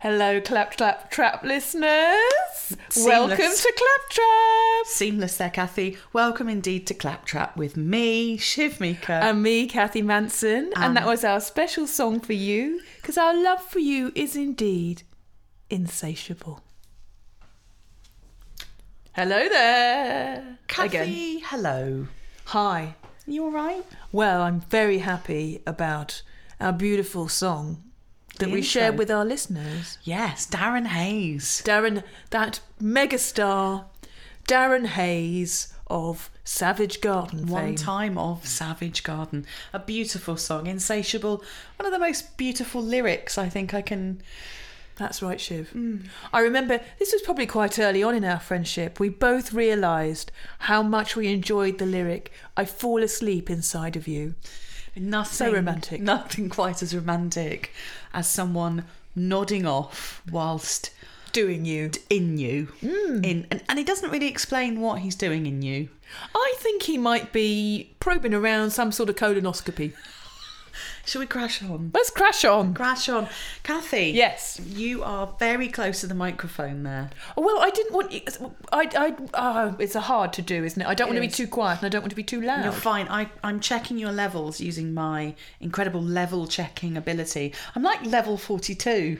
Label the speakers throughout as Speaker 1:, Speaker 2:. Speaker 1: Hello, Clap Clap Trap listeners.
Speaker 2: Seamless.
Speaker 1: Welcome to Clap Trap.
Speaker 2: Seamless there, Kathy. Welcome indeed to Claptrap with me, Shiv Mika.
Speaker 1: And me, Kathy Manson.
Speaker 2: Um,
Speaker 1: and that was our special song for you because our love for you is indeed insatiable. Hello there. Again.
Speaker 2: Kathy, hello.
Speaker 1: Hi.
Speaker 2: You all right?
Speaker 1: Well, I'm very happy about our beautiful song that
Speaker 2: The
Speaker 1: we
Speaker 2: intro.
Speaker 1: shared with our listeners.
Speaker 2: Yes, Darren Hayes.
Speaker 1: Darren, that megastar, Darren Hayes of Savage Garden
Speaker 2: One
Speaker 1: fame.
Speaker 2: time of Savage Garden. A beautiful song, insatiable. One of the most beautiful lyrics I think I can.
Speaker 1: That's right, Shiv.
Speaker 2: Hmm.
Speaker 1: I remember this was probably quite early on in our friendship. We both realised how much we enjoyed the lyric "I fall asleep inside of you."
Speaker 2: Nothing
Speaker 1: romantic.
Speaker 2: Nothing quite as romantic as someone nodding off whilst
Speaker 1: Doing you?
Speaker 2: in you. Mm. In and, and he doesn't really explain what he's doing in you.
Speaker 1: I think he might be probing around some sort of colonoscopy.
Speaker 2: Shall we crash on?
Speaker 1: Let's crash on.
Speaker 2: Crash on. Kathy.
Speaker 1: Yes.
Speaker 2: You are very close to the microphone there.
Speaker 1: Well, I didn't want. I. I. Oh, it's a hard to do, isn't it? I don't
Speaker 2: It
Speaker 1: want to be
Speaker 2: is.
Speaker 1: too quiet, and I don't want to be too loud.
Speaker 2: You're fine. I, I'm checking your levels using my incredible level checking ability. I'm like level 42.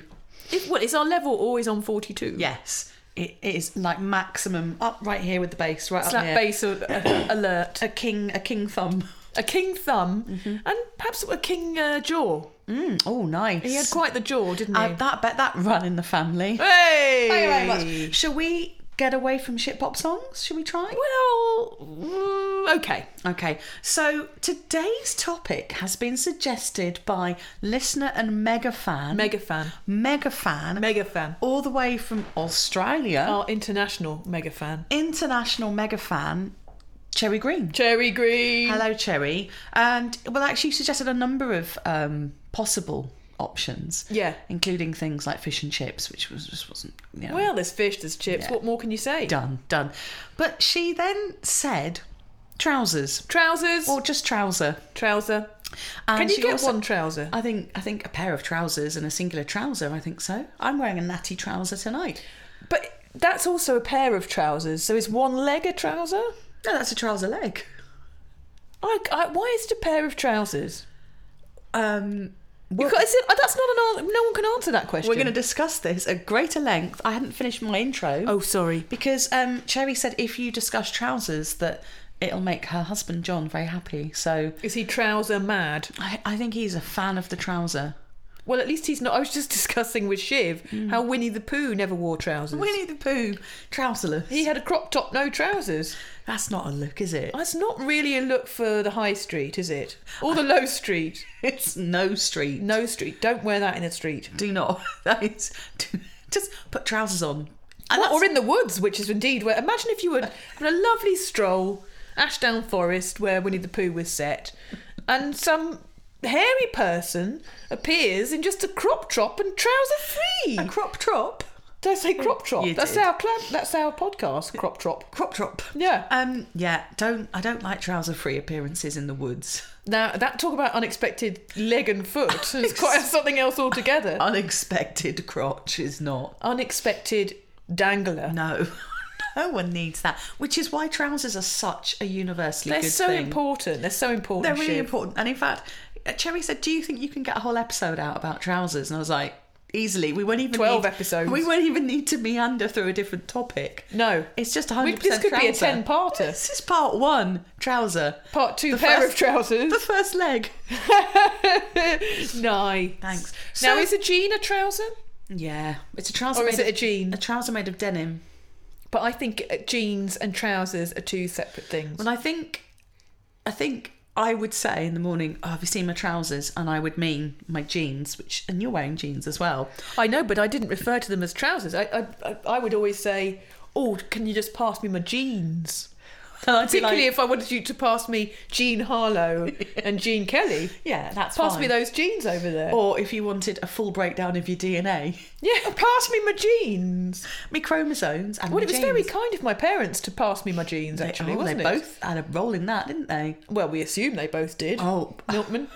Speaker 1: If, well, is our level always on 42?
Speaker 2: Yes, it is like maximum up right here with the bass, right up
Speaker 1: Slap
Speaker 2: here.
Speaker 1: bass al- uh, alert.
Speaker 2: A king, a king thumb.
Speaker 1: A king thumb
Speaker 2: Mm-hmm.
Speaker 1: and perhaps a king uh, jaw.
Speaker 2: Mm, oh, nice.
Speaker 1: He had quite the jaw, didn't he?
Speaker 2: I, that bet that run in the family.
Speaker 1: hey!
Speaker 2: Thank you very much. Shall we get away from shit pop songs? Shall we try?
Speaker 1: Well, mm, okay.
Speaker 2: Okay, so today's topic has been suggested by listener and mega fan,
Speaker 1: Mega fan.
Speaker 2: mega fan,
Speaker 1: Mega Oh. fan.
Speaker 2: all the way from Australia,
Speaker 1: Our international mega fan.
Speaker 2: international mega fan, Cherry Green.
Speaker 1: Cherry Green.
Speaker 2: Hello, Cherry. And well, actually, you suggested a number of um, possible options.
Speaker 1: Yeah.
Speaker 2: including things like fish and chips, which was just wasn't. You know,
Speaker 1: Well, there's fish, there's chips.
Speaker 2: Yeah.
Speaker 1: What more can you say?
Speaker 2: done, done. But she then said trousers
Speaker 1: Trousers.
Speaker 2: or just trouser.
Speaker 1: trouser.
Speaker 2: And
Speaker 1: Can you
Speaker 2: she
Speaker 1: get
Speaker 2: also- Uh,
Speaker 1: one trouser?
Speaker 2: I think I think a pair of trousers and a singular trouser. I think so. I'm wearing a natty trouser tonight.
Speaker 1: But that's also a pair of trousers. So is one leg a trouser?
Speaker 2: No, that's a trouser leg.
Speaker 1: I, I, why is it a pair of trousers?
Speaker 2: Um,
Speaker 1: You've got- is it- uh, that's not an answer. No one can answer that question.
Speaker 2: we're going to discuss this at greater length. I hadn't finished my intro
Speaker 1: Oh, sorry.
Speaker 2: because um, Cherry said if you discuss trousers, that it'll make her husband John very happy. So
Speaker 1: Is he trouser mad?
Speaker 2: I, I think he's a fan of the trouser.
Speaker 1: Well, at least he's not. I was just discussing with Shiv
Speaker 2: Mm.
Speaker 1: how Winnie the Pooh never wore trousers.
Speaker 2: Winnie the Pooh, trouserless.
Speaker 1: he had a crop top, no trousers.
Speaker 2: that's not a look, is it?
Speaker 1: That's not really a look for the high street, is it? Or the low street.
Speaker 2: It's no street.
Speaker 1: No street. Don't wear that in the street.
Speaker 2: Do not. That is. Just put trousers on. And
Speaker 1: Or
Speaker 2: that's-
Speaker 1: in the woods, which is indeed where. Imagine if you were on a lovely stroll, Ashdown Forest, where Winnie the Pooh was set, and some hairy person appears in just a crop top and trouser free.
Speaker 2: a crop top.
Speaker 1: Did I say crop top?
Speaker 2: You
Speaker 1: That's
Speaker 2: did.
Speaker 1: our plan. That's our podcast. Crop Uh, top.
Speaker 2: crop top.
Speaker 1: Yeah.
Speaker 2: Um. Yeah. Don't. I don't like trouser free appearances in the woods.
Speaker 1: Now that talk about unexpected leg and foot is quite something else altogether.
Speaker 2: Unexpected crotch is not.
Speaker 1: Unexpected dangler.
Speaker 2: No. no one needs that. Which is why trousers are such a universally
Speaker 1: They're
Speaker 2: good
Speaker 1: so
Speaker 2: thing.
Speaker 1: important. They're so important.
Speaker 2: They're really
Speaker 1: Shiv.
Speaker 2: important. And in fact, uh, Cherry said, "Do you think you can get a whole episode out about trousers?" And I was like, "Easily. We won't even
Speaker 1: 12
Speaker 2: need-
Speaker 1: episodes.
Speaker 2: We won't even need to meander through a different topic.
Speaker 1: No,
Speaker 2: It's just
Speaker 1: We-
Speaker 2: 100.
Speaker 1: this could be a ten-parter.
Speaker 2: This is part one. Trouser.
Speaker 1: Part two,
Speaker 2: The
Speaker 1: pair
Speaker 2: first-
Speaker 1: of trousers.
Speaker 2: The first leg.
Speaker 1: nice.
Speaker 2: Thanks.
Speaker 1: now,
Speaker 2: So-
Speaker 1: is a jean a trouser
Speaker 2: Yeah, it's a trouser.
Speaker 1: or is
Speaker 2: made
Speaker 1: it a
Speaker 2: of-
Speaker 1: jean?
Speaker 2: A trouser made of denim.
Speaker 1: But I think uh, jeans and trousers are two separate things.
Speaker 2: Well, I think, I think I would say in the morning, oh, "Have you seen my trousers?" And I would mean my jeans, which and you're wearing jeans as well.
Speaker 1: I know, but I didn't refer to them as trousers. I, I, I- I would always say, "Oh, can you just pass me my jeans?"
Speaker 2: And I'd be like,
Speaker 1: Particularly if I wanted you to pass me Jean Harlow and Jean Kelly.
Speaker 2: "Yeah, that's
Speaker 1: Pass
Speaker 2: fine.
Speaker 1: me those jeans over there.
Speaker 2: Or if you wanted a full breakdown of your DNA,
Speaker 1: yeah, pass me my jeans.
Speaker 2: my chromosomes and
Speaker 1: Well,
Speaker 2: my
Speaker 1: it was
Speaker 2: genes.
Speaker 1: very kind of my parents to pass me my jeans.
Speaker 2: They-
Speaker 1: Actually,
Speaker 2: oh,
Speaker 1: wasn't
Speaker 2: they
Speaker 1: it?
Speaker 2: both had a role in that, didn't they?
Speaker 1: Well, we assume they both did.
Speaker 2: Oh,
Speaker 1: Milkman.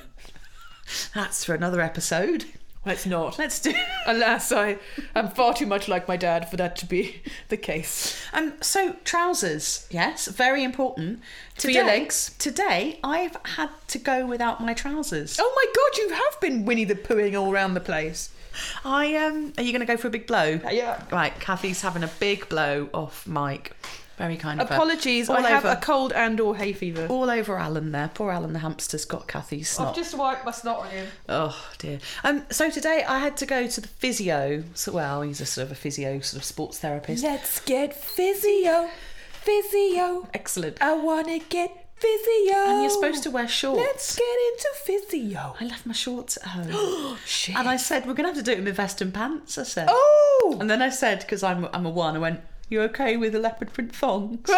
Speaker 2: that's for another episode.
Speaker 1: Let's not.
Speaker 2: Let's do.
Speaker 1: Alas, I am far too much like my dad for that to be the case.
Speaker 2: Um, so trousers, yes, very important. Today,
Speaker 1: your legs.
Speaker 2: Today, I've had to go without my trousers.
Speaker 1: Oh my god, you have been Winnie the Poohing all round the place.
Speaker 2: I um, are you going to go for a big blow?
Speaker 1: Uh, Yeah.
Speaker 2: Right, Kathy's having a big blow off Mike. Very kind of her.
Speaker 1: Apologies,
Speaker 2: All
Speaker 1: I have
Speaker 2: over.
Speaker 1: a cold and or hay fever.
Speaker 2: All over Alan there. Poor Alan the hamster's got Kathy's snot.
Speaker 1: just wiped my snot on you.
Speaker 2: Oh dear. Um. So today I had to go to the physio. So well, he's a sort of a physio, sort of sports therapist.
Speaker 1: Let's get physio,
Speaker 2: Oh.
Speaker 1: physio.
Speaker 2: Excellent.
Speaker 1: I wanna get physio.
Speaker 2: And you're supposed to wear shorts.
Speaker 1: Oh, Let's get into physio.
Speaker 2: I left my shorts at home.
Speaker 1: Oh shit.
Speaker 2: and I said, we're going to have to do it in my vest and pants, I said.
Speaker 1: oh.
Speaker 2: And then I said, because I'm, I'm a one, I went, you okay with the leopard print thongs?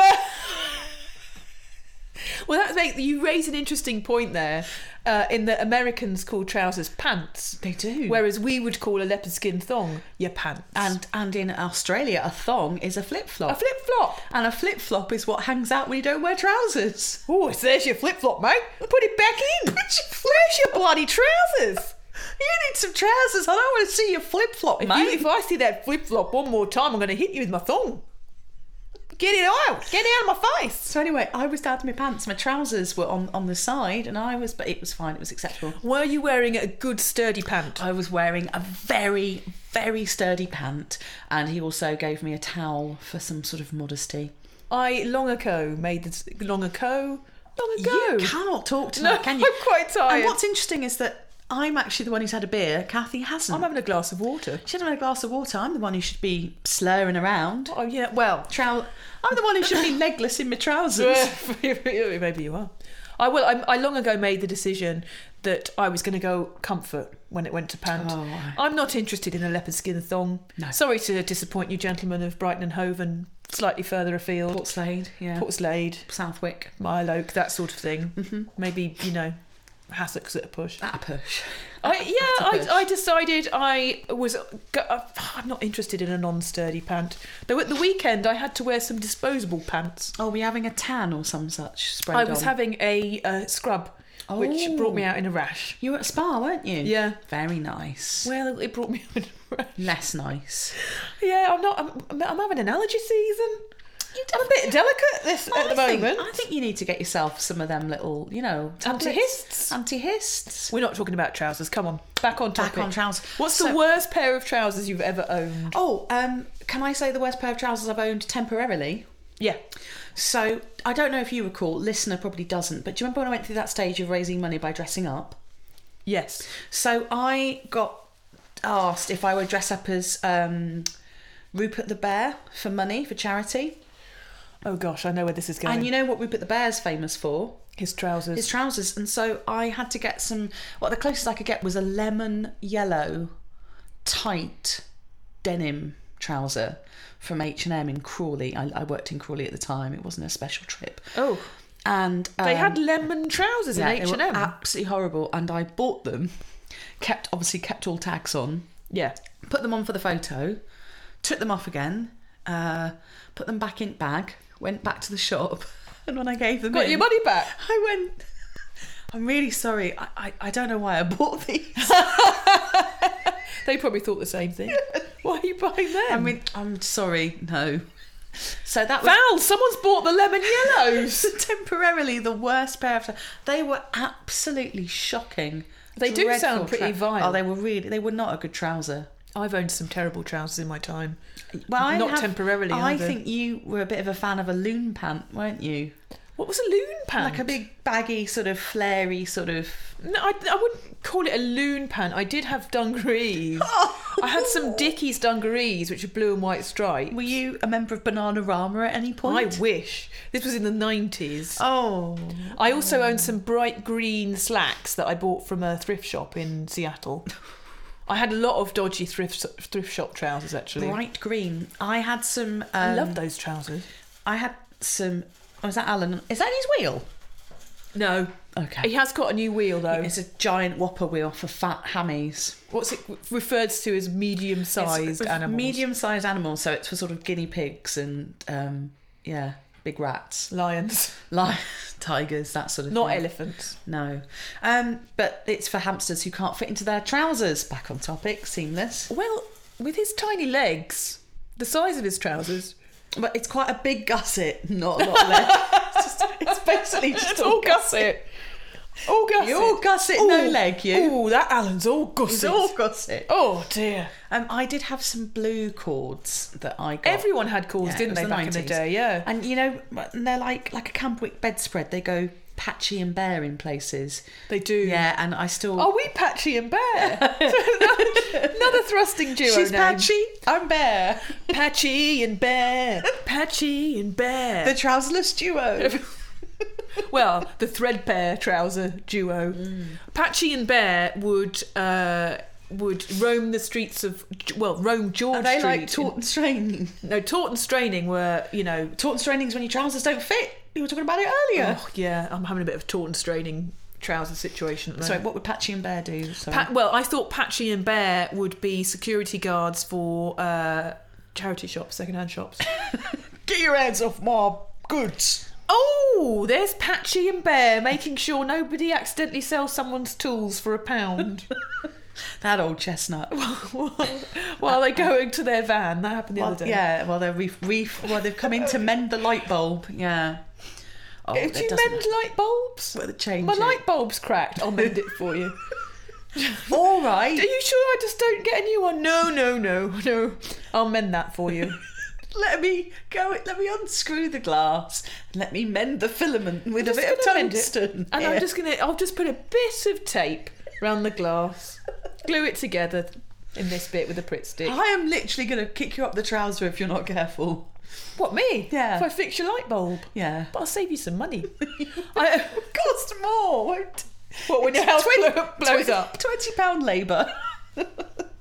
Speaker 1: well, that makes you raise an interesting point there. Uh, in that Americans call trousers pants,
Speaker 2: They do.
Speaker 1: whereas we would call a leopard skin thong your pants
Speaker 2: and, and in Australia, a thong is a flip
Speaker 1: a
Speaker 2: flop.
Speaker 1: flip flop.
Speaker 2: and a flip flop is what hangs out when you don't wear trousers.
Speaker 1: Oh, there's your flip flop, mate. Put it back in. Where's your bloody trousers?
Speaker 2: You need some trousers. I don't want to see your flip flop,
Speaker 1: If,
Speaker 2: mate.
Speaker 1: you- if I see that flip flop one more time, I'm going to hit you with my thong. Get it out. Get it out of my face.
Speaker 2: so anyway, I was down to my pants. My trousers were on, on the side, and I was, but it was fine. It was acceptable.
Speaker 1: Were you wearing a good sturdy pant?
Speaker 2: I was wearing a very, very sturdy pant, and he also gave me a towel for some sort of modesty.
Speaker 1: I long ago made this long ago, long ago.
Speaker 2: You cannot talk to
Speaker 1: No,
Speaker 2: me, can you?
Speaker 1: I'm quite tired.
Speaker 2: And what's interesting is that I'm actually the one who's had a beer. Kathy hasn't.
Speaker 1: I'm having a glass of water.
Speaker 2: she hasn't had a glass of water. I'm the one who should be slurring around.
Speaker 1: Oh yeah, well,
Speaker 2: Trou- I'm the one who should be legless in my trousers.
Speaker 1: maybe you are. I will. I, I long ago made the decision that I was going to go comfort when it went to pant.
Speaker 2: Oh, right.
Speaker 1: I'm not interested in a leopard skin thong.
Speaker 2: No.
Speaker 1: Sorry to disappoint you, gentlemen of Brighton and Hove and slightly further afield,
Speaker 2: Portslade, yeah.
Speaker 1: Port Slade,
Speaker 2: Southwick.
Speaker 1: Mile Oak, that sort of thing. Mm-hmm. Maybe you know, hassocks at a push.
Speaker 2: That push.
Speaker 1: I, yeah,
Speaker 2: That's a
Speaker 1: I, I decided I was. uh, I'm not interested in a non-sturdy pant. Though at the weekend I had to wear some disposable pants.
Speaker 2: Oh, we having a tan or some such sprayed
Speaker 1: I was
Speaker 2: on?
Speaker 1: having a uh, scrub, which
Speaker 2: Oh.
Speaker 1: brought me out in a rash.
Speaker 2: you were at spa, weren't you?
Speaker 1: Yeah.
Speaker 2: Very nice.
Speaker 1: Well, it brought me out in a rash.
Speaker 2: Less nice.
Speaker 1: Yeah, I'm not. I'm, I'm having an allergy season. I'm a bit delicate this at the
Speaker 2: I think-
Speaker 1: moment.
Speaker 2: I think you need to get yourself some of them little, you know,
Speaker 1: Antihists.
Speaker 2: Antihists.
Speaker 1: We're not talking about trousers. Come on, back on topic.
Speaker 2: Back on trousers.
Speaker 1: What's
Speaker 2: So-
Speaker 1: the worst pair of trousers you've ever owned?
Speaker 2: Oh, um, can I say the worst pair of trousers I've owned temporarily?
Speaker 1: Yeah.
Speaker 2: So I don't know if you recall, listener probably doesn't, but do you remember when I went through that stage of raising money by dressing up?
Speaker 1: Yes.
Speaker 2: So I got asked if I would dress up as um, Rupert the Bear for money for charity,
Speaker 1: Oh gosh, I know where this is going.
Speaker 2: and you know what Rupert the Bear's famous for?
Speaker 1: his trousers.
Speaker 2: His trousers, and so I had to get some. What the closest I could get was a lemon yellow, tight denim trouser from H and M in Crawley. I, I worked in Crawley at the time. It wasn't a special trip,
Speaker 1: oh,
Speaker 2: and
Speaker 1: they
Speaker 2: um,
Speaker 1: had lemon trousers
Speaker 2: yeah,
Speaker 1: in H&M.
Speaker 2: they
Speaker 1: H
Speaker 2: were
Speaker 1: and M.
Speaker 2: Absolutely horrible, and I bought them. Kept obviously kept all tags on.
Speaker 1: Yeah.
Speaker 2: put them on for the photo, took them off again, uh, put them back in bag, went back to the shop, and when I gave them
Speaker 1: Got
Speaker 2: in,
Speaker 1: your money back.
Speaker 2: I went. I'm really sorry. I, I, I don't know why I bought these.
Speaker 1: They probably thought the same thing. Why are you buying them?
Speaker 2: I mean, I'm sorry. No. So that was
Speaker 1: Val, someone's bought the lemon yellows.
Speaker 2: temporarily the worst pair of. They were absolutely shocking.
Speaker 1: They do
Speaker 2: Dreadful
Speaker 1: sound pretty vile.
Speaker 2: Oh, they were really. They were not a good trouser.
Speaker 1: I've owned some terrible trousers in my time.
Speaker 2: Well, I
Speaker 1: Not
Speaker 2: have-
Speaker 1: temporarily
Speaker 2: I
Speaker 1: either.
Speaker 2: think you were a bit of a fan of a loon pant, weren't you?
Speaker 1: What was a loon pant?
Speaker 2: like a big baggy sort of flary sort of
Speaker 1: No, I, I wouldn't call it a loon pant. I did have dungarees. I had some Dickies dungarees, which are blue and white stripes.
Speaker 2: were you a member of banana rama at any
Speaker 1: I
Speaker 2: point
Speaker 1: wish. This was in the 90s.
Speaker 2: oh
Speaker 1: I also owned some bright green slacks that I bought from a thrift shop in Seattle. I had a lot of dodgy thrift thrift shop trousers actually.
Speaker 2: bright green i had some um,
Speaker 1: I love those trousers.
Speaker 2: i had some oh is that alan is that his wheel
Speaker 1: No, he
Speaker 2: okay
Speaker 1: has got a new wheel though.
Speaker 2: it's a giant whopper wheel for fat hammies
Speaker 1: What's it referred to as medium-sized animals?
Speaker 2: medium sized animals so it's for sort of guinea pigs and um yeah big rats,
Speaker 1: Lions,
Speaker 2: lions, tigers, that sort of
Speaker 1: not
Speaker 2: thing.
Speaker 1: elephants.
Speaker 2: No. Um, but it's for hamsters who can't fit into their trousers. Back on topic, seamless.
Speaker 1: Well, with his tiny legs, the size of his trousers,
Speaker 2: But it's quite a big gusset, not a lot left. it's, just, it's basically just
Speaker 1: it's all gusset. All gusset.
Speaker 2: You're all gusset, no
Speaker 1: Ooh,
Speaker 2: leg, you.
Speaker 1: Ooh, that Alan's all
Speaker 2: It's
Speaker 1: gusset.
Speaker 2: all gusset.
Speaker 1: Oh dear.
Speaker 2: Um, I did have some blue cords that I got.
Speaker 1: Everyone had calls,
Speaker 2: Yeah, it
Speaker 1: didn't
Speaker 2: was
Speaker 1: they,
Speaker 2: the
Speaker 1: back in the
Speaker 2: 90s.
Speaker 1: day? Yeah.
Speaker 2: and you know, and they're like like a Campwick bedspread. They go patchy and bare in places.
Speaker 1: They do.
Speaker 2: Yeah, and I still.
Speaker 1: Are we Patchy and Bear? Another thrusting duo
Speaker 2: she's
Speaker 1: name.
Speaker 2: patchy. I'm bare.
Speaker 1: Patchy and Bear. Patchy and Bear.
Speaker 2: The trouserless duo.
Speaker 1: well, the threadbare trouser duo.
Speaker 2: Mm.
Speaker 1: Patchy and Bear would uh, would roam the streets of well, roam George
Speaker 2: Are they
Speaker 1: Street.
Speaker 2: like taut and straining?
Speaker 1: in- no, taut and straining were you know.
Speaker 2: Taut and straining is when your trousers don't fit. You were talking about it earlier.
Speaker 1: Oh, yeah, I'm having a bit of taut and straining trouser situation. At the
Speaker 2: Sorry,
Speaker 1: moment.
Speaker 2: what would Patchy and Bear do? Sorry.
Speaker 1: Pa- well, I thought Patchy and Bear would be security guards for uh, charity shops, secondhand shops.
Speaker 2: Get your hands off my goods.
Speaker 1: Oh, there's Patchy and Bear making sure nobody accidentally sells someone's tools for a pound
Speaker 2: That old chestnut.
Speaker 1: while they're going to their van. That happened the
Speaker 2: Well,
Speaker 1: other day.
Speaker 2: yeah, well they're reef, reef. Well they've come in to mend the light bulb. Yeah. Oh,
Speaker 1: If
Speaker 2: that
Speaker 1: you
Speaker 2: doesn't-
Speaker 1: mend light bulbs?
Speaker 2: Well, change
Speaker 1: My
Speaker 2: it.
Speaker 1: light bulb's cracked. I'll mend it for you.
Speaker 2: All
Speaker 1: Are
Speaker 2: right.
Speaker 1: you sure I just don't get a new one? No, no, no, no. I'll mend that for you.
Speaker 2: Let me go. Let me unscrew the glass. Let me mend the filament with
Speaker 1: Just
Speaker 2: a bit of
Speaker 1: gonna mend it.
Speaker 2: tungsten.
Speaker 1: And
Speaker 2: Yeah.
Speaker 1: I'm just gonna. I'll just put a bit of tape round the glass, glue it together in this bit with a Pritt stick.
Speaker 2: I am literally going to kick you up the trouser if you're not careful.
Speaker 1: What me?
Speaker 2: Yeah.
Speaker 1: If I fix your light bulb,
Speaker 2: Yeah.
Speaker 1: but I'll save you some money.
Speaker 2: I cost more. Won't
Speaker 1: What when your house blow, blows
Speaker 2: twenty-
Speaker 1: up?
Speaker 2: Twenty pound labour,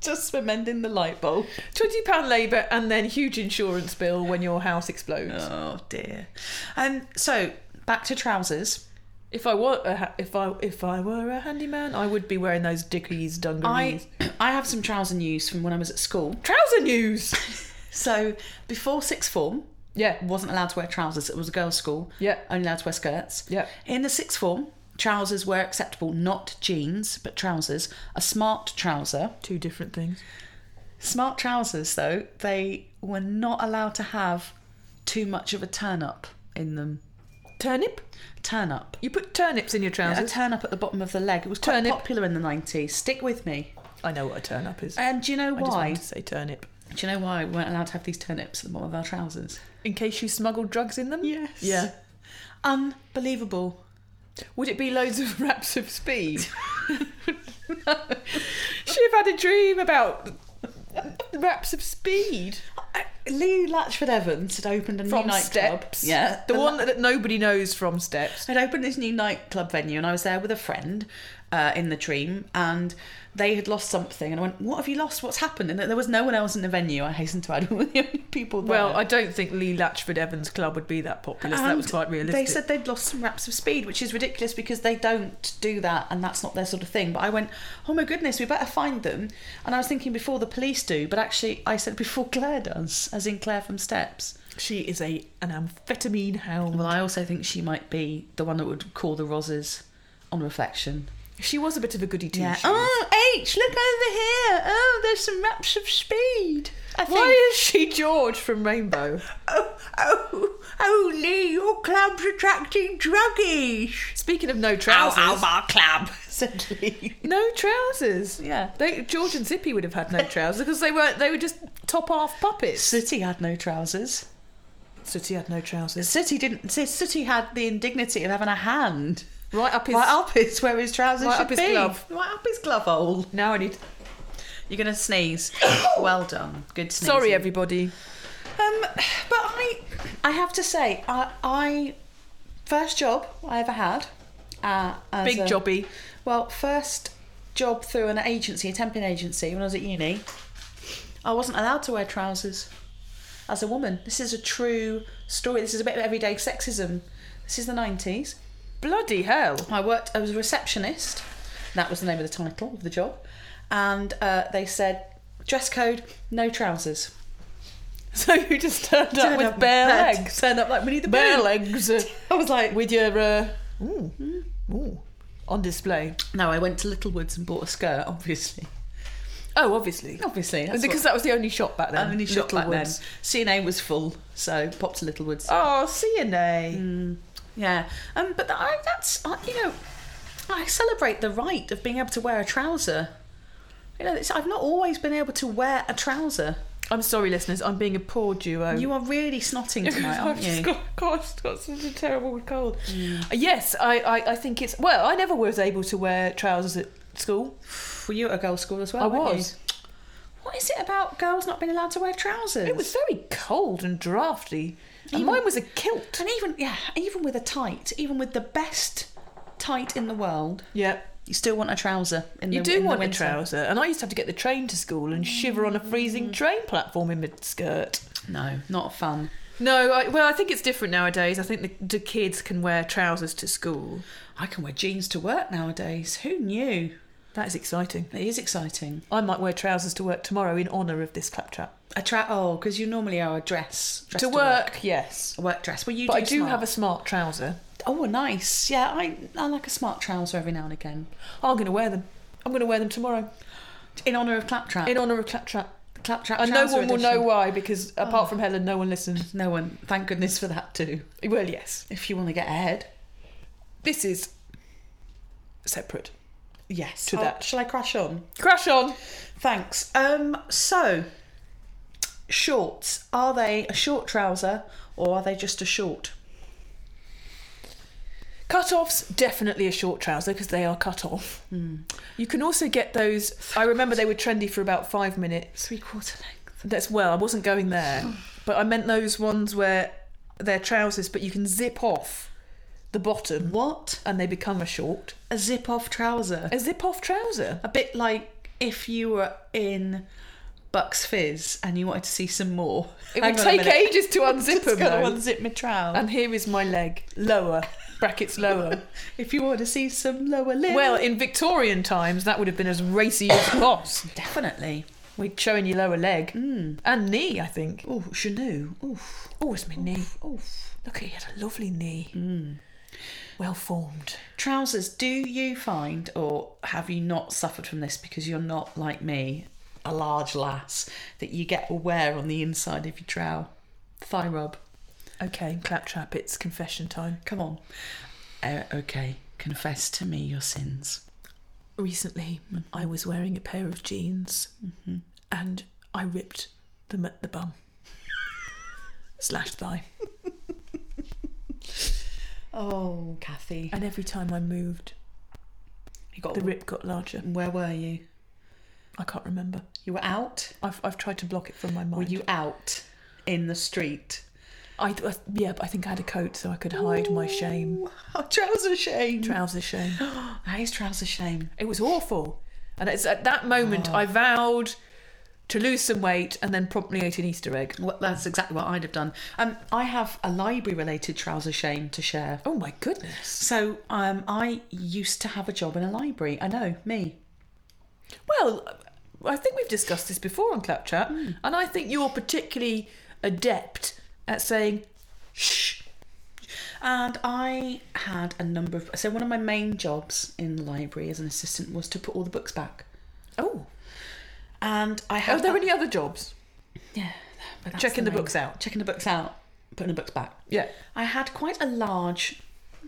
Speaker 2: just for mending the light bulb.
Speaker 1: Twenty pound labour and then huge insurance bill when your house explodes.
Speaker 2: Oh dear. Um. So back to trousers.
Speaker 1: If I were a ha- if I if I were a handyman, I would be wearing those Dickies
Speaker 2: I
Speaker 1: dungarees.
Speaker 2: I have some trouser news from when I was at school.
Speaker 1: Trouser news.
Speaker 2: So before sixth form,
Speaker 1: yeah,
Speaker 2: wasn't allowed to wear trousers. It was a girls' school.
Speaker 1: Yeah.
Speaker 2: Only allowed to wear skirts.
Speaker 1: Yeah.
Speaker 2: In the sixth form, trousers were acceptable. Not jeans, but trousers. A smart trouser.
Speaker 1: two different things.
Speaker 2: Smart trousers, though, they were not allowed to have too much of a turn up in them.
Speaker 1: Turnip.
Speaker 2: Turn up.
Speaker 1: You put turnips in your
Speaker 2: A
Speaker 1: trousers.
Speaker 2: turn up at the bottom of the leg. It was quite
Speaker 1: Turnip.
Speaker 2: popular in the 90s. Stick with me.
Speaker 1: I know what a turnip is.
Speaker 2: And do you know
Speaker 1: I just
Speaker 2: why?
Speaker 1: wanted to say turnip.
Speaker 2: Do you know why we weren't allowed to have these turnips at the bottom of our trousers?
Speaker 1: In case you smuggled drugs in them.
Speaker 2: Yes.
Speaker 1: Yeah.
Speaker 2: Unbelievable.
Speaker 1: Would it be loads of raps of speed? She've had a dream about raps of speed.
Speaker 2: I- Lee Latchford Evans had opened a
Speaker 1: from
Speaker 2: new nightclub.
Speaker 1: Steps.
Speaker 2: Yeah,
Speaker 1: the
Speaker 2: and
Speaker 1: one that nobody knows from Steps.
Speaker 2: I'd opened this new nightclub venue, and I was there with a friend uh, in the dream, and they had lost something. And I went, "What have you lost? What's happened?" And there was no one else in the venue. I hastened to add, "We were the only people there."
Speaker 1: Well, I don't think Lee Latchford Evans Club would be that popular. So that was
Speaker 2: And
Speaker 1: quite realistic.
Speaker 2: They said they'd lost some raps of speed, which is ridiculous because they don't do that and that's not their sort of thing. But I went, oh my goodness, we better find them. And I was thinking before the police do, but actually I said before Claire does, as in Claire from Steps.
Speaker 1: she is a an amphetamine hound.
Speaker 2: Well, I also think she might be the one that would call the Rosses on reflection.
Speaker 1: She was a bit of a goody two shoes.
Speaker 2: Oh, H, look over here. Oh, there's some raps of speed. I think.
Speaker 1: Why is she George from Rainbow?
Speaker 2: Oh, oh, oh, Lee, your club's attracting druggies.
Speaker 1: Speaking of no trousers,
Speaker 2: bar club, said Lee.
Speaker 1: no trousers.
Speaker 2: Yeah.
Speaker 1: They, George and Zippy would have had no trousers because they weren't. They were just top half puppets.
Speaker 2: City had no trousers.
Speaker 1: Sooty had no trousers.
Speaker 2: City didn't. so City had the indignity of having a hand
Speaker 1: Right up his.
Speaker 2: right up his where his trousers
Speaker 1: Right
Speaker 2: should
Speaker 1: up his
Speaker 2: be.
Speaker 1: glove.
Speaker 2: Right up his glove hole.
Speaker 1: Now I need.
Speaker 2: You're gonna sneeze. well done. Good sneeze.
Speaker 1: Sorry, everybody.
Speaker 2: Um, but I, I have to say, I, I first job I ever had. Uh, as
Speaker 1: Big
Speaker 2: a-
Speaker 1: jobby.
Speaker 2: Well, first job through an agency, a temping agency, when I was at uni, I wasn't allowed to wear trousers as a woman. This is a true story. This is a bit of everyday sexism. This is the 90s.
Speaker 1: Bloody hell.
Speaker 2: I worked, I was a receptionist. That was the name of the title of the job. And uh, they said, dress code, no trousers.
Speaker 1: So you just turned up
Speaker 2: Turned
Speaker 1: with
Speaker 2: up
Speaker 1: bare
Speaker 2: bare-
Speaker 1: legs.
Speaker 2: Turn up like Winnie the
Speaker 1: Bare
Speaker 2: Pooh.
Speaker 1: legs. uh,
Speaker 2: I was like,
Speaker 1: with your. Uh, ooh, ooh, on display.
Speaker 2: no, I went to Littlewoods and bought a skirt, obviously.
Speaker 1: Oh, obviously.
Speaker 2: Obviously, that's
Speaker 1: because that was the only shop back then.
Speaker 2: what, only shop back then.
Speaker 1: Littlewoods.
Speaker 2: CNA was full, so popped to Littlewoods.
Speaker 1: Oh, CNA.
Speaker 2: Yeah, um, but that, I, that's I you know, I celebrate the right of being able to wear a trouser. You know, it's, I've not always been able to wear a trouser.
Speaker 1: I'm sorry, listeners. I'm being a poor duo.
Speaker 2: You are really snotting
Speaker 1: I've
Speaker 2: tonight,
Speaker 1: Hmm.
Speaker 2: aren't
Speaker 1: just
Speaker 2: you?
Speaker 1: got, God, I've got such a terrible cold. Uh, Yes, I, I, I think it's. Well, I never was able to wear trousers at school.
Speaker 2: Were you at a girls' school as well?
Speaker 1: I
Speaker 2: weren't you?
Speaker 1: was.
Speaker 2: What is it about girls not being allowed to wear trousers?
Speaker 1: It was very cold and drafty. And
Speaker 2: Even-
Speaker 1: mine was a kilt.
Speaker 2: and even yeah, even with a tight, even with the best tight in the world,
Speaker 1: Yeah.
Speaker 2: you still want a trouser. In
Speaker 1: You
Speaker 2: the,
Speaker 1: do
Speaker 2: in the
Speaker 1: want a
Speaker 2: winter.
Speaker 1: trouser. And I used to have to get the train to school and shiver on a freezing train platform in mid skirt.
Speaker 2: No, not fun.
Speaker 1: No, I, well, I think it's different nowadays. I think the, the kids can wear trousers to school.
Speaker 2: I can wear jeans to work nowadays. Who knew?
Speaker 1: That is exciting.
Speaker 2: It is exciting.
Speaker 1: I might wear trousers to work tomorrow in honour of this claptrap.
Speaker 2: A tra- oh, because you normally are a dress, dress
Speaker 1: To work, yes.
Speaker 2: a work dress. Well, you
Speaker 1: But
Speaker 2: do
Speaker 1: I do
Speaker 2: smart.
Speaker 1: have a smart trouser.
Speaker 2: oh, nice. Yeah, I I like a smart trouser every now and again
Speaker 1: I'm going to wear them. I'm going to wear them tomorrow
Speaker 2: in honor of claptrap.
Speaker 1: in honour of claptrap.
Speaker 2: claptrap,
Speaker 1: And no
Speaker 2: trouser
Speaker 1: one will
Speaker 2: edition.
Speaker 1: know why because apart from Helen, no one listens.
Speaker 2: No one. Thank goodness for that too.
Speaker 1: Well, yes.
Speaker 2: If you want to get ahead,
Speaker 1: This is separate.
Speaker 2: yes.
Speaker 1: To
Speaker 2: I'll-
Speaker 1: that.
Speaker 2: Shall I crash on?
Speaker 1: Crash on.
Speaker 2: Thanks. Um. So, shorts. Are they a short trouser or are they just a short?
Speaker 1: Cut-offs, definitely a short trouser because they are cut off. You can also get those. I remember they were trendy for about five minutes.
Speaker 2: Three quarter length.
Speaker 1: That's well, I wasn't going there, but I meant those ones where they're trousers, but you can zip off the bottom
Speaker 2: What?
Speaker 1: and they become a short.
Speaker 2: A zip off trouser.
Speaker 1: A zip-off trouser.
Speaker 2: A bit like if you were in Bucks Fizz and you wanted to see some more.
Speaker 1: It
Speaker 2: Hang
Speaker 1: would
Speaker 2: on a
Speaker 1: take
Speaker 2: minute.
Speaker 1: ages to unzip
Speaker 2: Just
Speaker 1: them.
Speaker 2: gotta
Speaker 1: though.
Speaker 2: unzip my trowel.
Speaker 1: And here is my leg, lower brackets lower.
Speaker 2: if you want to see some lower lip.
Speaker 1: well, in Victorian times, that would have been as racy as boss.
Speaker 2: definitely.
Speaker 1: We'd showing your lower leg
Speaker 2: Hmm.
Speaker 1: and knee, I think.
Speaker 2: Oh, Chanou. Oof.
Speaker 1: Oh, it's my knee.
Speaker 2: Oof. Hmm.
Speaker 1: Look, he had a lovely knee. Well formed.
Speaker 2: Trousers, do you find, or have you not suffered from this because you're not like me, a large lass, that you get a wear on the inside of your trowel? Thigh rub.
Speaker 1: Okay, claptrap, it's confession time.
Speaker 2: Come on. Uh, okay, confess to me your sins.
Speaker 1: Recently, I was wearing a pair of jeans
Speaker 2: Mm-hmm.
Speaker 1: and I ripped them at the bum. Slash thigh.
Speaker 2: Oh, Kathy.
Speaker 1: And every time I moved,
Speaker 2: You got
Speaker 1: the rip got larger.
Speaker 2: Where were you?
Speaker 1: I can't remember.
Speaker 2: You were out?
Speaker 1: I've, I've tried to block it from my mind.
Speaker 2: Were you out in the street?
Speaker 1: I, I yeah, but I think I had a coat so I could hide my shame.
Speaker 2: Oh, trouser shame.
Speaker 1: Trouser shame.
Speaker 2: that is trouser shame.
Speaker 1: It was awful. And it's at that moment
Speaker 2: Ah.
Speaker 1: I vowed to lose some weight and then promptly ate an Easter egg.
Speaker 2: Well, that's exactly what I'd have done. Um, I have a library related trouser shame to share.
Speaker 1: Oh my goodness.
Speaker 2: So um, I used to have a job in a library. I know, me.
Speaker 1: Well, I think we've discussed this before on Claptrap,
Speaker 2: Hmm.
Speaker 1: and I think you're particularly adept at saying shh.
Speaker 2: And I had a number of. So one of my main jobs in the library as an assistant was to put all the books back.
Speaker 1: Oh,
Speaker 2: And I
Speaker 1: are
Speaker 2: had.
Speaker 1: there any other jobs?
Speaker 2: Yeah. but that's
Speaker 1: Checking the
Speaker 2: main-
Speaker 1: books out.
Speaker 2: Checking the books out, putting the books back.
Speaker 1: Yeah.
Speaker 2: I had quite a large,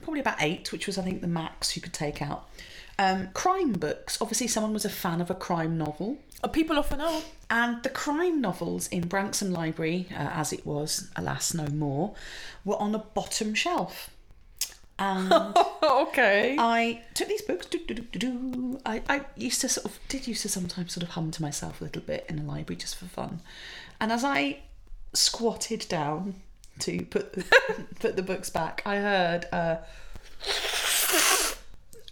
Speaker 2: probably about eight, which was I think the max you could take out. Um, crime books. Obviously, someone was a fan of a crime novel,
Speaker 1: Uh, People often are.
Speaker 2: and the crime novels in Branksome Library, uh, as it was, alas, no more, were on a bottom shelf. And
Speaker 1: okay.
Speaker 2: I took these books. Do, do, do, do, do. I, I used to sort of did used to sometimes sort of hum to myself a little bit in the library just for fun, and as I squatted down to put the, put the books back, I heard uh,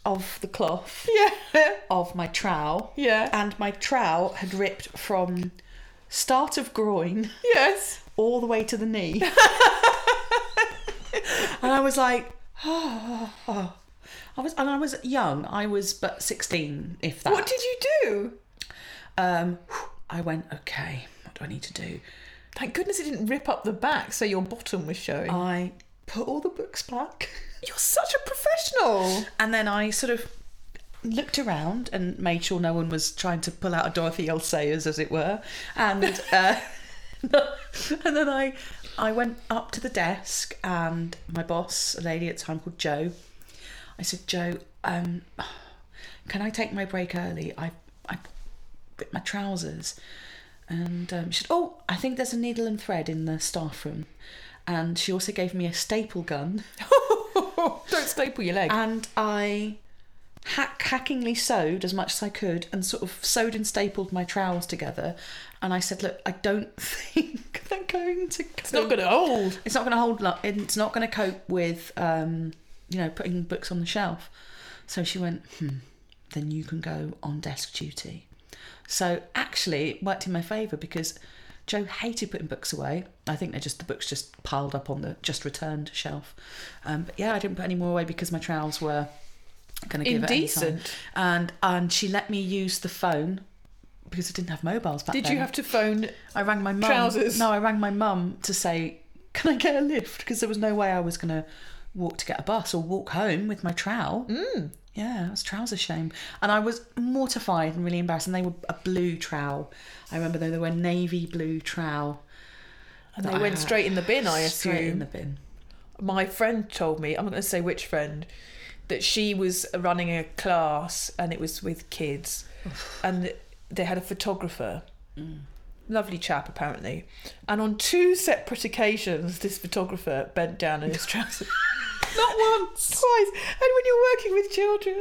Speaker 2: of the cloth
Speaker 1: yeah.
Speaker 2: of my trowel.
Speaker 1: Yeah.
Speaker 2: and my trowel had ripped from start of groin
Speaker 1: Yes.
Speaker 2: all the way to the knee. and I was like, oh. I was, and I was young. I was but sixteen, if that.
Speaker 1: What did you do?
Speaker 2: Um, I went, okay. What do I need to do?
Speaker 1: Thank goodness it didn't rip up the back so your bottom was showing.
Speaker 2: I put all the books back.
Speaker 1: You're such a professional.
Speaker 2: And then I sort of looked around and made sure no one was trying to pull out a Dorothy L. Sayers, as it were. And uh, and then I I went up to the desk and my boss, a lady at the time called Joe, I said, Joe, um, can I take my break early? I I bit my trousers. And um, she said, Oh, I think there's a needle and thread in the staff room. And she also gave me a staple gun.
Speaker 1: Don't staple your leg.
Speaker 2: and I hack hackingly sewed as much as I could and sort of sewed and stapled my trowels together and I said look I don't think they're going to
Speaker 1: it's not going to hold.
Speaker 2: it's not going to hold lo- it's not going to cope with um you know putting books on the shelf so she went hmm then you can go on desk duty so actually it worked in my favour because Joe hated putting books away. I think they're just the books just piled up on the just returned shelf. Um, but yeah, I didn't put any more away because my trowels were going to give it any time.
Speaker 1: Indecent.
Speaker 2: And and she let me use the phone because I didn't have mobiles back
Speaker 1: Did
Speaker 2: then.
Speaker 1: you have to phone?
Speaker 2: I rang my mum.
Speaker 1: Trousers.
Speaker 2: No, I rang my mum to say, "Can I get a lift?" Because there was no way I was going to walk to get a bus or walk home with my trowel. Mm. Yeah, it was trouser shame, and I was mortified and really embarrassed. And they were a blue trowel. I remember though they were navy blue trowel.
Speaker 1: And they
Speaker 2: I
Speaker 1: went
Speaker 2: had-
Speaker 1: straight in the bin, I assume.
Speaker 2: Straight in the bin.
Speaker 1: my friend told me, I'm not going to say which friend, that she was running a class and it was with kids and they had a photographer. Lovely chap, apparently. And on two separate occasions, this photographer bent down in his trousers. Not once, twice. And when you're working with children,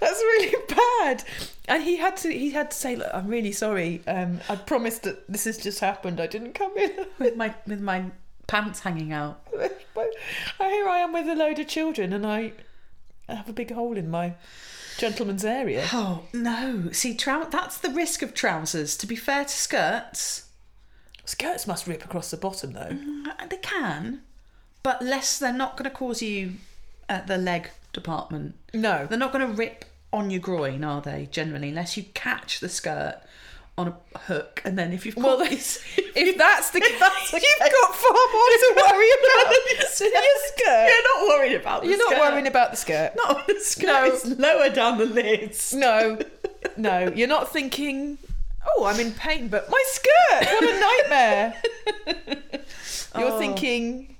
Speaker 1: that's really bad. And he had to he had to say, "Look, I'm really sorry. Um, I promised that this has just happened. I didn't come in
Speaker 2: with my with my pants hanging out.
Speaker 1: but here I am with a load of children, and I have a big hole in my gentleman's area.
Speaker 2: Oh no! See, trou- that's the risk of trousers. To be fair to skirts,
Speaker 1: Skirts must rip across the bottom, though.
Speaker 2: Uh, They can, but less they're not going to cause you at the leg department.
Speaker 1: No,
Speaker 2: They're not going to rip on your groin, are they? Generally, unless you catch the skirt on a hook, and then if you've
Speaker 1: Well,
Speaker 2: caught-
Speaker 1: that's- if that's the
Speaker 2: If that's the
Speaker 1: case, you've got far more to worry about than your skirt.
Speaker 2: you're not worried about. The
Speaker 1: You're not
Speaker 2: skirt.
Speaker 1: worrying about the skirt.
Speaker 2: Not on the skirt.
Speaker 1: No.
Speaker 2: It's lower down the list.
Speaker 1: No, no, you're not thinking. Oh, I'm in pain, but my skirt! What a nightmare! You're
Speaker 2: Oh.
Speaker 1: thinking,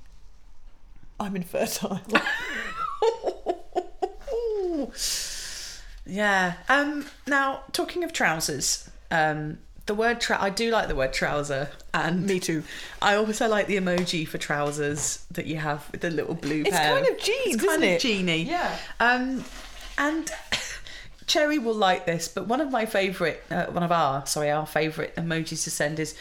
Speaker 1: I'm infertile.
Speaker 2: Yeah. Um. Now, talking of trousers, um, the word trou I do like the word trouser, and me too. I also like the emoji for trousers that you have with the little blue.
Speaker 1: It's
Speaker 2: pair.
Speaker 1: kind of jeans,
Speaker 2: It's kind
Speaker 1: isn't
Speaker 2: of
Speaker 1: it?
Speaker 2: Genie.
Speaker 1: Yeah.
Speaker 2: Um, and Cherry will like this, but one of my favourite, uh, one of our, sorry, our favourite emojis to send is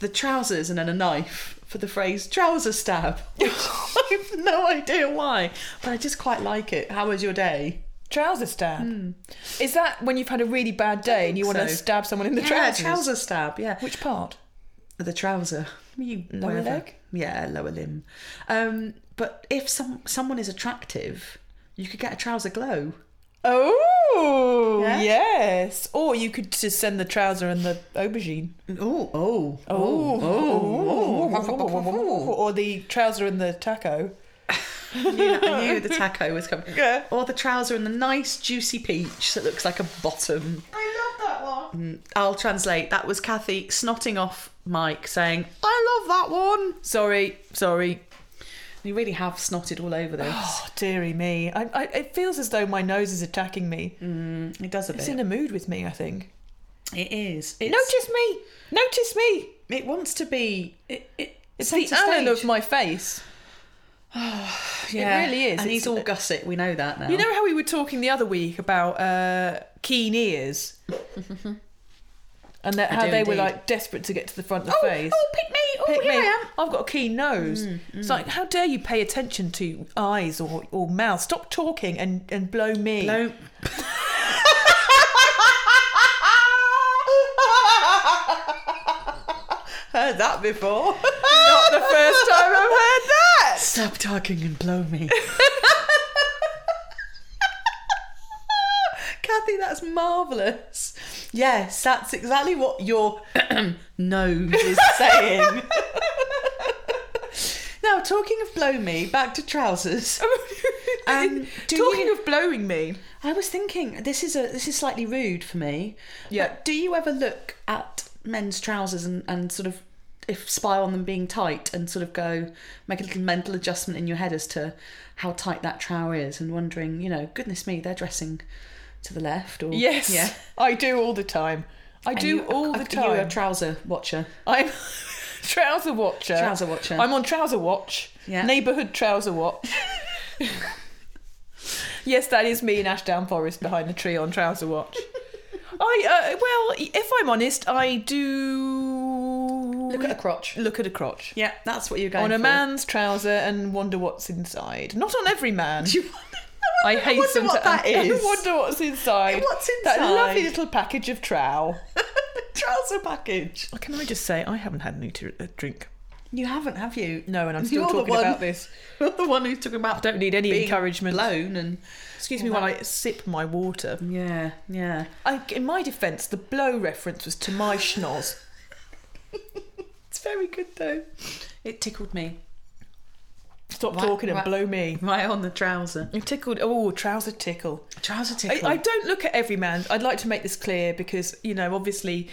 Speaker 2: the trousers and then a knife for the phrase trouser stab. Which I've no idea why, but I just quite like it. How was your day?
Speaker 1: Trouser stab. Is that when you've had a really bad day and you want to
Speaker 2: Hmm. so.
Speaker 1: stab someone in the
Speaker 2: yeah,
Speaker 1: trousers?
Speaker 2: uh, trouser stab. Yeah,
Speaker 1: Which part?
Speaker 2: the trouser. You
Speaker 1: Lower
Speaker 2: wherever.
Speaker 1: leg?
Speaker 2: Yeah, lower limb. Um, but if some someone is attractive, you could get a trouser glow.
Speaker 1: Oh,
Speaker 2: Yeah?
Speaker 1: yes. Or you could just send the trouser and the aubergine.
Speaker 2: Oh, oh, oh,
Speaker 1: Or the trouser and the taco.
Speaker 2: I knew, I knew the taco was coming.
Speaker 1: Yeah.
Speaker 2: Or the trouser and the nice juicy peach that looks like a bottom.
Speaker 1: I love that one.
Speaker 2: I'll translate. That was Kathy snotting off Mike saying, I love that one.
Speaker 1: Sorry, sorry.
Speaker 2: You really have snotted all over this.
Speaker 1: Oh, dearie me. I, I, it feels as though my nose is attacking me.
Speaker 2: Mm. it does a bit.
Speaker 1: It's in a mood with me, I think.
Speaker 2: it is. It's,
Speaker 1: Notice me. Notice me.
Speaker 2: it wants to be. It, it,
Speaker 1: It's
Speaker 2: centre
Speaker 1: the Alan
Speaker 2: stage.
Speaker 1: of my face.
Speaker 2: Yeah.
Speaker 1: really is. It's-
Speaker 2: And he's all gusset. We know that now.
Speaker 1: You know how we were talking the other week about uh, keen ears? and that
Speaker 2: I
Speaker 1: how
Speaker 2: do
Speaker 1: they were
Speaker 2: indeed.
Speaker 1: like desperate to get to the front of the face.
Speaker 2: pick me. Oh,
Speaker 1: Pick me. I've got a keen nose.
Speaker 2: Mm,
Speaker 1: It's like, how dare you pay attention to eyes or, or mouth? Stop talking and, and blow me.
Speaker 2: No.
Speaker 1: Heard that before. Not the first time I've heard that.
Speaker 2: Stop talking and blow me. Kathy, that's marvellous. Yes, that's exactly what your nose is saying. now, talking of blow me, back to trousers.
Speaker 1: Oh,
Speaker 2: Um, do
Speaker 1: Talking
Speaker 2: you-
Speaker 1: of blowing me,
Speaker 2: I was thinking this is a this is slightly rude for me.
Speaker 1: Yeah.
Speaker 2: But do you ever look at men's trousers and, and sort of if spy on them being tight and sort of go make a little mental adjustment in your head as to how tight that trower is and wondering, you know, goodness me, they're dressing to the left or
Speaker 1: yes,
Speaker 2: yeah.
Speaker 1: I do all the time. I
Speaker 2: And
Speaker 1: do
Speaker 2: you-
Speaker 1: all the
Speaker 2: are You
Speaker 1: time.
Speaker 2: a trouser watcher.
Speaker 1: I'm trouser watcher.
Speaker 2: Trouser watcher.
Speaker 1: I'm on trouser watch.
Speaker 2: Yeah.
Speaker 1: Neighbourhood trouser watch. yes, that is me in Ashdown Forest behind the tree on trouser watch. I uh, well, if I'm honest, I do
Speaker 2: Look at a crotch.
Speaker 1: look at a crotch
Speaker 2: Yeah, that's what you're going
Speaker 1: on
Speaker 2: for.
Speaker 1: a man's trouser and wonder what's inside. Not on every man.
Speaker 2: Do you
Speaker 1: I hate
Speaker 2: wonder
Speaker 1: some
Speaker 2: what that is.
Speaker 1: I wonder what's inside.
Speaker 2: What's
Speaker 1: That lovely
Speaker 2: inside?
Speaker 1: little package of trow.
Speaker 2: trouser package.
Speaker 1: Can I just say I haven't had any to, uh, drink
Speaker 2: You haven't, have you?
Speaker 1: No, and I'm still
Speaker 2: You're the
Speaker 1: talking
Speaker 2: one.
Speaker 1: about this.
Speaker 2: You're the one who's talking about
Speaker 1: Don't need any
Speaker 2: being
Speaker 1: encouragement.
Speaker 2: blown and
Speaker 1: Excuse me while I sip my water.
Speaker 2: yeah, yeah.
Speaker 1: I, in my defence, the blow reference was to my schnoz.
Speaker 2: It's very good though. It tickled me.
Speaker 1: Stop
Speaker 2: Wha-
Speaker 1: talking and
Speaker 2: wha-
Speaker 1: blow me.
Speaker 2: Right on the trouser.
Speaker 1: I'm tickled. Oh, trouser tickle.
Speaker 2: Trouser
Speaker 1: I,
Speaker 2: tickle.
Speaker 1: I don't look at every man. I'd like to make this clear because you know, obviously,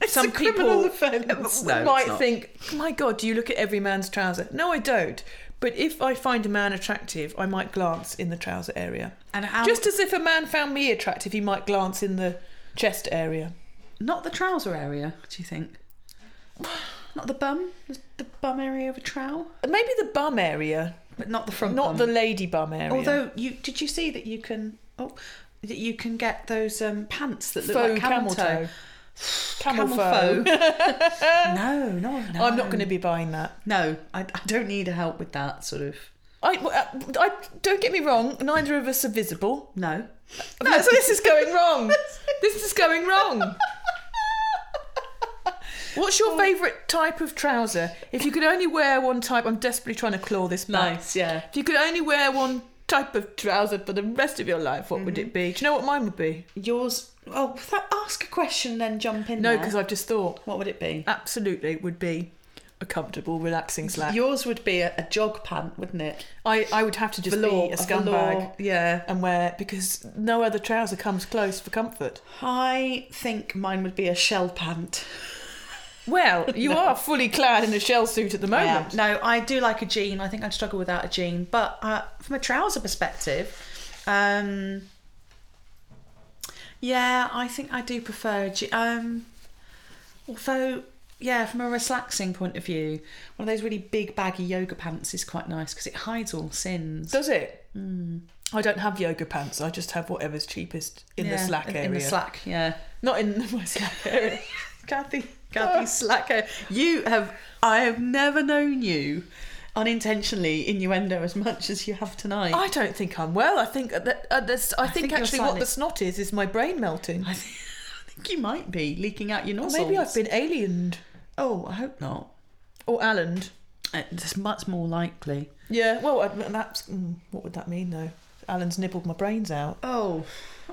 Speaker 2: It's
Speaker 1: some
Speaker 2: a
Speaker 1: people
Speaker 2: criminal offence. No, it's
Speaker 1: might
Speaker 2: not.
Speaker 1: think, "My God, do you look at every man's trouser?" No, I don't. But if I find a man attractive, I might glance in the trouser area.
Speaker 2: and how,
Speaker 1: Just as if a man found me attractive, he might glance in the chest area.
Speaker 2: not the trouser area. Do you think? Not the bum, the bum area of a trowel,
Speaker 1: Maybe the bum area,
Speaker 2: but not the front.
Speaker 1: not
Speaker 2: bum.
Speaker 1: the lady bum area.
Speaker 2: Although you did you see that you can oh that you can get those um, pants that look
Speaker 1: faux
Speaker 2: like camel, toe.
Speaker 1: Camel,
Speaker 2: Camel
Speaker 1: faux.
Speaker 2: no, no, no.
Speaker 1: I'm not going to be buying that.
Speaker 2: No, I, I don't need help with that sort of.
Speaker 1: I, well, uh, I don't get me wrong. Neither of us are visible.
Speaker 2: No.
Speaker 1: No, so this is going wrong. This is going wrong. What's
Speaker 2: Oh.
Speaker 1: your favourite type of trouser? If you could only wear one type, I'm desperately trying to claw this back.
Speaker 2: yeah.
Speaker 1: If you could only wear one type of trouser for the rest of your life, what would
Speaker 2: Mm-hmm.
Speaker 1: it be? Do you know what mine would be?
Speaker 2: Yours. Oh, th- ask a question, then jump in.
Speaker 1: No,
Speaker 2: there.
Speaker 1: because I've just thought.
Speaker 2: what would it be?
Speaker 1: Absolutely, would be a comfortable, relaxing slack.
Speaker 2: Yours would be a, a jog pant, wouldn't it?
Speaker 1: I, I would have to just
Speaker 2: Velour-
Speaker 1: be a
Speaker 2: velour,
Speaker 1: scumbag
Speaker 2: Yeah.
Speaker 1: and wear because no other trouser comes close for comfort.
Speaker 2: I think mine would be a shell pant.
Speaker 1: Well, you are fully clad in a shell suit at the
Speaker 2: I am.
Speaker 1: moment.
Speaker 2: No, I do like a jean. I think I'd struggle without a jean. But uh, from a trouser perspective, um, yeah, I think I do prefer a jean. Um, although, yeah, from a relaxing point of view, one of those really big baggy yoga pants is quite nice because it hides all sins.
Speaker 1: Does it?
Speaker 2: Hmm.
Speaker 1: I don't have yoga pants. I just have whatever's cheapest in the
Speaker 2: Yeah,
Speaker 1: slack
Speaker 2: in,
Speaker 1: area.
Speaker 2: In the slack, yeah.
Speaker 1: Not in my slack area.
Speaker 2: Kathy, Kathy Slacker, you have. I have never known you unintentionally innuendo as much as you have tonight.
Speaker 1: I don't think I'm well. I think that uh, this, I, think,
Speaker 2: think you're
Speaker 1: actually what
Speaker 2: slightly-
Speaker 1: the snot is is my brain melting.
Speaker 2: I, th- I think you might be leaking out your nostrils.
Speaker 1: Maybe I've been aliened
Speaker 2: Oh, I hope not.
Speaker 1: or allened.
Speaker 2: Uh, It's much more likely.
Speaker 1: Yeah. Well, I- that's mm, what would that mean though? Alan's nibbled my brains out.
Speaker 2: Oh,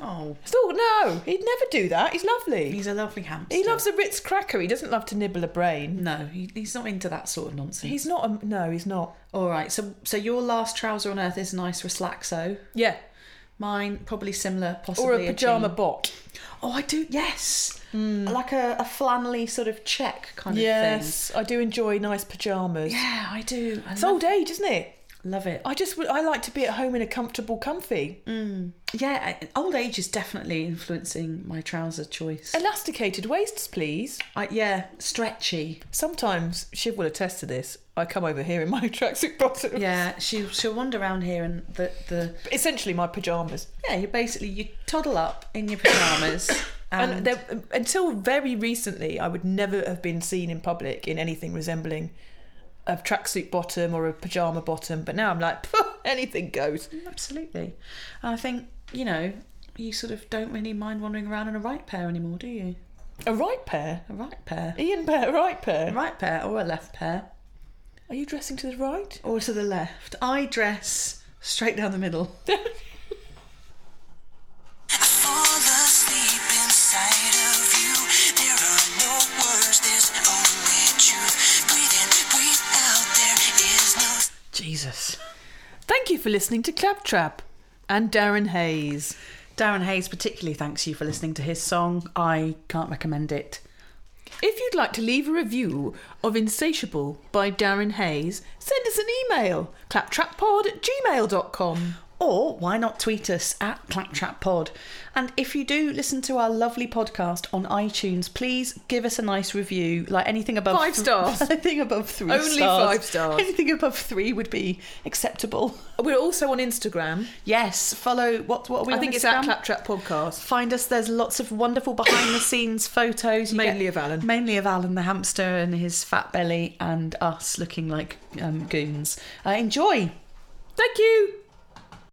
Speaker 2: oh.
Speaker 1: Still, no, he'd never do that. He's lovely.
Speaker 2: He's a lovely hamster.
Speaker 1: He loves a Ritz cracker. He doesn't love to nibble a brain.
Speaker 2: No, he, he's not into that sort of nonsense.
Speaker 1: He's not. A, no, he's not.
Speaker 2: All right. So, so your last trouser on earth is an nice Raslaxo.
Speaker 1: Yeah.
Speaker 2: Mine probably similar,
Speaker 1: Or a
Speaker 2: possibly
Speaker 1: pajama
Speaker 2: jean.
Speaker 1: bot.
Speaker 2: Oh, I do. Yes, like a, a flannelly sort of check kind of thing.
Speaker 1: Hmm. Yes, I do enjoy nice pajamas.
Speaker 2: Yeah, I do. I
Speaker 1: It's
Speaker 2: love,
Speaker 1: old age, isn't it?
Speaker 2: love it.
Speaker 1: I just would- I like to be at home in a comfortable, comfy,
Speaker 2: Yeah, I- old age is definitely influencing my trouser choice.
Speaker 1: elasticated waists, please.
Speaker 2: I, yeah, stretchy.
Speaker 1: Sometimes Shiv will attest to this. I come over here in my tracksuit bottom,
Speaker 2: Yeah, she she'll wander around here and the the
Speaker 1: essentially my pajamas,
Speaker 2: yeah. You basically you toddle up in your pajamas and,
Speaker 1: and, they're- until very recently, I would never have been seen in public in anything resembling a tracksuit bottom or a pajama bottom. But now I'm like, anything goes.
Speaker 2: absolutely. And I think you know you sort of don't really mind wandering around in a right pair anymore, do you?
Speaker 1: A right pair,
Speaker 2: A right pair,
Speaker 1: Ian pair, right
Speaker 2: a
Speaker 1: pair.
Speaker 2: right pair, or a left pair,
Speaker 1: Are you dressing to the right?
Speaker 2: or to the left. I dress straight down the middle.
Speaker 3: For the sleep inside
Speaker 2: Jesus.
Speaker 1: Thank you for listening to Claptrap and Darren Hayes.
Speaker 2: Darren Hayes particularly thanks you for listening to his song. I can't recommend it.
Speaker 1: If you'd like to leave a review of Insatiable by Darren Hayes, send us an email claptrappod at gmail.com.
Speaker 2: Or why not tweet us at Claptrap Pod? And if you do listen to our lovely podcast on iTunes, please give us a nice review. Like anything above
Speaker 1: Five stars.
Speaker 2: anything above three
Speaker 1: Only
Speaker 2: stars.
Speaker 1: five stars.
Speaker 2: Anything above three would be acceptable.
Speaker 1: We're also on Instagram.
Speaker 2: Yes, follow what what are we?
Speaker 1: I
Speaker 2: on
Speaker 1: think it's
Speaker 2: Instagram?
Speaker 1: at Claptrap Podcast.
Speaker 2: Find us. There's lots of wonderful behind the scenes photos. You
Speaker 1: Mainly of Alan.
Speaker 2: Mainly of Alan the hamster and his fat belly, and us looking like um, goons. Uh, enjoy.
Speaker 1: Thank you.